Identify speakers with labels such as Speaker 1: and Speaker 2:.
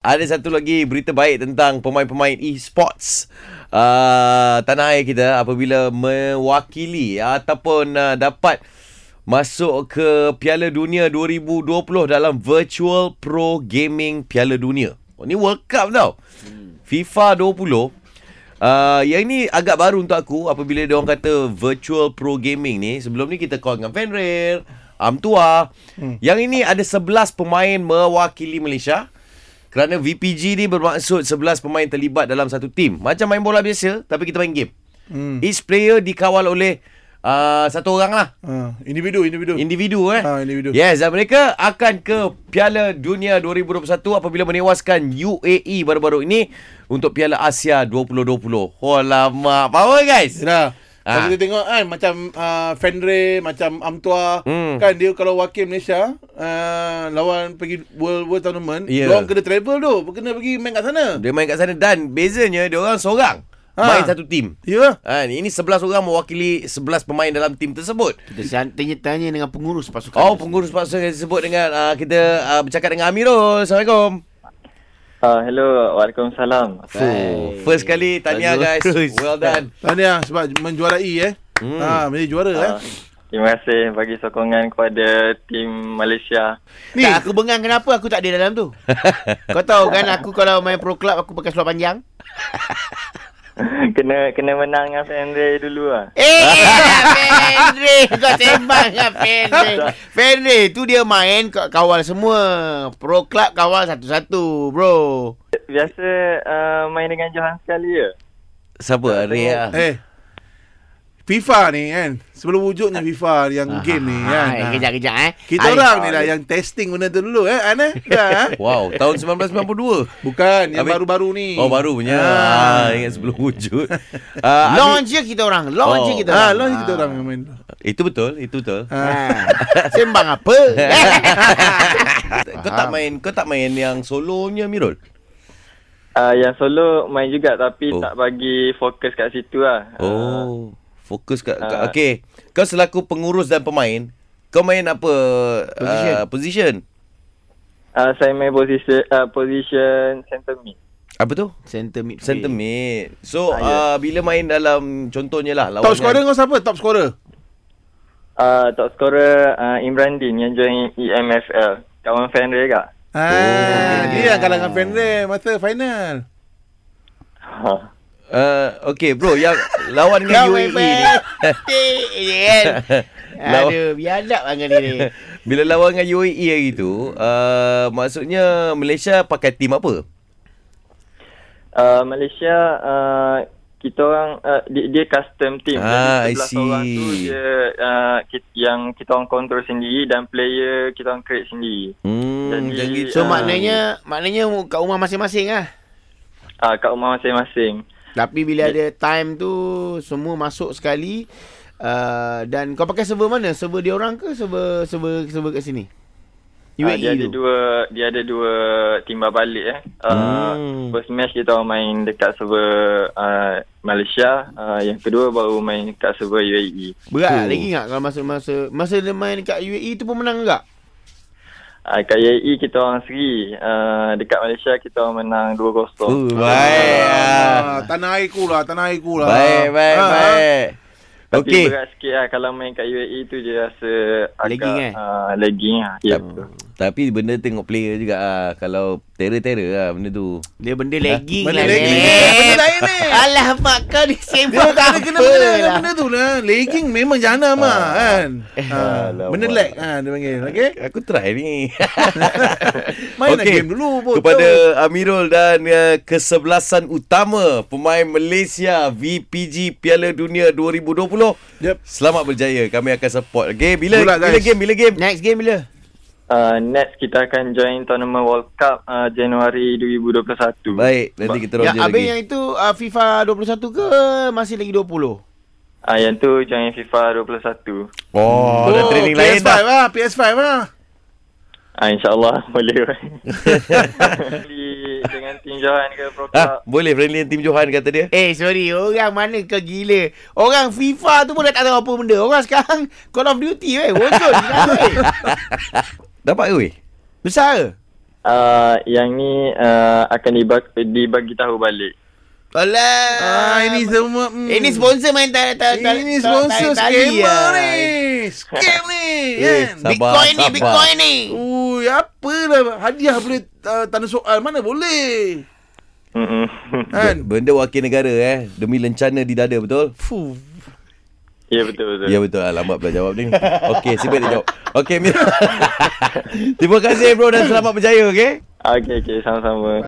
Speaker 1: Ada satu lagi berita baik tentang pemain-pemain e-sports uh, tanah air kita apabila mewakili ataupun uh, dapat masuk ke Piala Dunia 2020 dalam Virtual Pro Gaming Piala Dunia. Oh, ni World Cup tau. FIFA 20 Uh, yang ni agak baru untuk aku apabila dia orang kata virtual pro gaming ni. Sebelum ni kita call dengan Fenrir, Amtua. Hmm. Yang ini ada 11 pemain mewakili Malaysia. Kerana VPG ni bermaksud 11 pemain terlibat dalam satu tim. Macam main bola biasa tapi kita main game. Hmm. Each player dikawal oleh uh, satu orang lah.
Speaker 2: Ha, individu, individu.
Speaker 1: Individu eh.
Speaker 2: Ha, individu.
Speaker 1: Yes, dan mereka akan ke Piala Dunia 2021 apabila menewaskan UAE baru-baru ini untuk Piala Asia 2020. Oh lama. Power guys.
Speaker 2: Dah. Kalau
Speaker 1: Ah.
Speaker 2: kita tengok kan macam uh, Fenre, macam Amtua
Speaker 1: Hmm.
Speaker 2: kan dia kalau wakil Malaysia uh, lawan pergi World World Tournament,
Speaker 1: Ya.
Speaker 2: yeah. orang kena travel tu, kena pergi main kat sana.
Speaker 1: Dia main kat sana dan bezanya dia orang seorang ha.
Speaker 2: Ha.
Speaker 1: main satu tim.
Speaker 2: Ya. Yeah.
Speaker 1: Ha, ini 11 orang mewakili 11 pemain dalam tim tersebut.
Speaker 3: Kita sian- tanya-tanya dengan pengurus pasukan.
Speaker 1: Oh, pengurus paksa yang disebut dengan uh, kita uh, bercakap dengan Amirul. Assalamualaikum.
Speaker 4: Uh, hello, Waalaikumsalam.
Speaker 1: Oh, first kali tanya guys. Well done.
Speaker 2: Tahniah sebab menjuarai eh.
Speaker 1: Hmm.
Speaker 2: Hmm. Ha, menjadi juara eh.
Speaker 4: Uh, terima kasih bagi sokongan kepada tim Malaysia.
Speaker 3: Ni. Tak, aku bengang kenapa aku tak ada dalam tu. Kau tahu kan aku kalau main pro club aku pakai seluar panjang.
Speaker 4: kena kena menang dengan Fendre dulu lah.
Speaker 3: Eh, Fenri. Kau sembang dengan Fenri. Fenri, tu dia main kau kawal semua. Pro club kawal satu-satu, bro.
Speaker 4: Biasa uh, main dengan Johan sekali ya.
Speaker 1: Siapa? Ria.
Speaker 2: Eh. FIFA ni kan, sebelum wujudnya FIFA yang game ni kan.
Speaker 3: Ah,
Speaker 2: Ah.
Speaker 3: Kejap-kejap eh.
Speaker 2: Kita
Speaker 3: Hari-
Speaker 2: orang ni lah yang testing benda tu dulu eh, Ana. Dah. ah?
Speaker 1: Wow, tahun 1992.
Speaker 2: Bukan yang
Speaker 1: Habis-
Speaker 2: baru-baru ni.
Speaker 1: Oh baru punya ah.
Speaker 2: Ah.
Speaker 1: Ingat sebelum wujud ah, Abi,
Speaker 3: Launch je kita orang. Launch je
Speaker 1: Oh.
Speaker 3: kita
Speaker 2: Ah,
Speaker 3: orang.
Speaker 2: lah kita orang yang main.
Speaker 1: Itu betul Itu betul
Speaker 2: Ah.
Speaker 3: Ah. Sembang apa?
Speaker 1: Ah, Kau tak main Kau tak main yang solonya Mirul
Speaker 4: Uh, yang solo main juga tapi
Speaker 1: Oh.
Speaker 4: oh. tak bagi fokus kat situ lah. Uh,
Speaker 1: Oh Fokus kat, kat
Speaker 4: Ah.
Speaker 1: Okay Kau selaku pengurus dan pemain Kau main apa
Speaker 3: Position.
Speaker 1: ah, position.
Speaker 4: uh, saya main position uh, position center mid.
Speaker 1: Apa tu?
Speaker 3: Center mid.
Speaker 1: Center mid So
Speaker 4: Ah, ya.
Speaker 1: ah, Bila main dalam Contohnya lah lawan
Speaker 2: Top scorer kau siapa? Top scorer.
Speaker 4: Uh, top scorer uh, Imran Din yang join E EMFL. Kawan Fendre juga.
Speaker 2: Ah, dia yang kalah dengan Fenrir masa final.
Speaker 4: Ha.
Speaker 1: uh, Okay bro Yang lawan dengan
Speaker 3: Kau
Speaker 1: UAE
Speaker 3: memang
Speaker 1: ni
Speaker 3: Kan Aduh Biadab lah kali ni
Speaker 1: Bila lawan dengan UAE hari tu uh, Maksudnya Malaysia pakai team apa?
Speaker 4: Uh, Malaysia uh, kita orang uh, dia, dia custom team.
Speaker 1: Ah, I
Speaker 4: Jadi 11
Speaker 1: see.
Speaker 4: orang tu dia uh, kit, yang kita orang control sendiri dan player kita orang create sendiri.
Speaker 1: Hmm,
Speaker 4: Jadi,
Speaker 1: macam gitu.
Speaker 3: So maknanya Maknanya kat rumah masing-masing lah
Speaker 4: Ah uh, kat rumah masing-masing.
Speaker 3: Tapi bila ada time tu Semua masuk sekali uh, Dan kau pakai server mana? Server dia orang ke? Server server server kat sini?
Speaker 4: Uh,
Speaker 3: UAE
Speaker 4: dia ada
Speaker 3: tu
Speaker 4: dua dia ada dua timba balik eh. Uh,
Speaker 1: Hmm.
Speaker 4: First match kita orang main dekat server uh, Malaysia, uh, yang kedua baru main dekat server E. UAE.
Speaker 3: Berat
Speaker 1: Oh.
Speaker 3: lagi tak kalau masa-masa Masa dia main kat UAE tu pun menang tak?
Speaker 4: Uh, kat UAE kita orang seri, uh, dekat Malaysia kita orang menang 2-0.
Speaker 1: Oh, baik.
Speaker 2: Ah, tanah airku lah, tanah airku lah.
Speaker 1: Baik, baik,
Speaker 2: Ah,
Speaker 1: baik.
Speaker 4: Tapi
Speaker 1: Okey.
Speaker 4: okay. berat sikit lah kalau main kat UAE tu dia rasa agak
Speaker 3: Lagging,
Speaker 1: kan?
Speaker 3: eh?
Speaker 4: uh, lagging lah. Ya yep. betul.
Speaker 1: Tapi benda tengok player juga ah. Kalau terror-terror lah benda tu.
Speaker 3: Dia benda lagging
Speaker 2: Benda
Speaker 3: lah
Speaker 2: lagging.
Speaker 3: Nat.
Speaker 2: Benda lain ni.
Speaker 3: Alah mak kau ni
Speaker 2: Dia
Speaker 3: sembang
Speaker 2: tak ada kena
Speaker 3: apa
Speaker 2: mengena dengan
Speaker 3: lah.
Speaker 2: benda tu lah. Legging memang jana mah kan. Ah, benda lag ah dia panggil. Okey.
Speaker 1: Eh, Aku try ni.
Speaker 2: Main
Speaker 1: Okey.
Speaker 2: game dulu pun.
Speaker 1: Kepada Amirul dan uh, kesebelasan utama pemain Malaysia VPG Piala Dunia 2020.
Speaker 2: Yep.
Speaker 1: Selamat berjaya. Kami akan support. Okey, bila
Speaker 2: Good luck,
Speaker 1: bila
Speaker 2: guys.
Speaker 1: game, bila game.
Speaker 3: Next game bila?
Speaker 4: Uh, next kita akan join tournament World Cup uh, Januari 2021.
Speaker 1: Baik, nanti kita
Speaker 3: Yang
Speaker 1: roja
Speaker 3: abang
Speaker 1: lagi.
Speaker 3: yang itu uh, FIFA 21 ke masih lagi 20?
Speaker 4: Uh, yang tu join FIFA 21.
Speaker 1: Oh, dah training lain
Speaker 2: PS5
Speaker 1: dah.
Speaker 2: lah, PS5 lah.
Speaker 4: Uh, InsyaAllah boleh. Di- Dengan tim Johan ke Pro Club.
Speaker 1: Ha, boleh friendly dengan tim Johan kata dia.
Speaker 3: Eh sorry orang mana kau gila. Orang FIFA tu pun dah tak tahu apa benda. Orang sekarang Call of Duty weh. Wojol. gila, weh.
Speaker 1: Dapat ke weh?
Speaker 3: lah, Besar ke?
Speaker 4: uh, yang ni uh, akan dibag- dibagi tahu balik.
Speaker 3: Alah.
Speaker 2: Ah, ini semua hmm.
Speaker 3: Ini sponsor main tak tak tak. lah.
Speaker 2: Ini sponsor scammer ni Scam ni
Speaker 1: Eh, sabar,
Speaker 2: kan?
Speaker 3: ah. Bitcoin ni,
Speaker 1: sabar.
Speaker 3: Bitcoin ni.
Speaker 2: Ui, apalah hadiah boleh uh, tanda soal mana boleh.
Speaker 4: Mm-mm.
Speaker 1: Kan?
Speaker 2: Kan?
Speaker 1: Benda wakil negara eh Demi lencana di dada betul?
Speaker 2: Fuh.
Speaker 4: ya betul betul.
Speaker 1: Ya betul lah Lambat pula jawab ni Okey sibuk dia jawab Okey Mira Terima kasih bro Dan selamat berjaya okey
Speaker 4: Ah, Okey okey sama-sama.